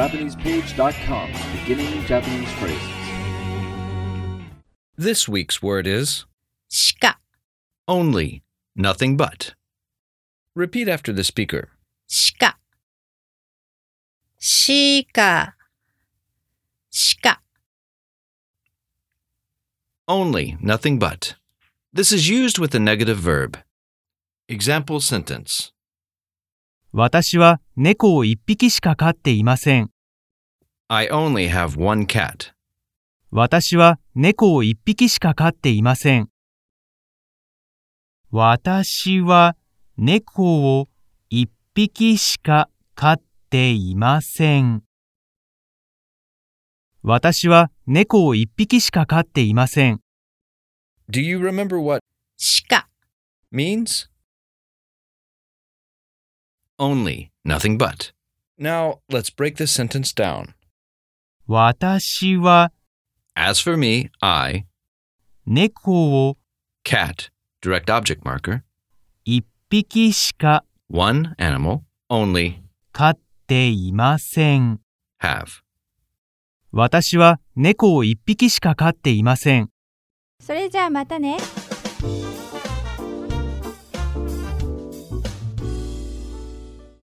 JapanesePage.com, beginning Japanese phrases. This week's word is しか、 Only. Nothing but. repeat after the speaker. しか。しか、しか、 Only. Nothing but. This is used with a negative verb. Example sentence. 私は猫を一匹しか飼っていません。 I only have one cat. 私は猫を一匹しか飼っていません。私は猫を一匹しか飼っていません。私は猫を一匹しか飼っていません。 Do you remember what しか、 means? Only. Nothing but. Now, let's break this sentence down. 私は As for me, I, 猫を cat, direct object marker, 一匹しか one animal, only, 飼っていません。 have. 私は猫を一匹しか飼っていません。それじゃあまたね。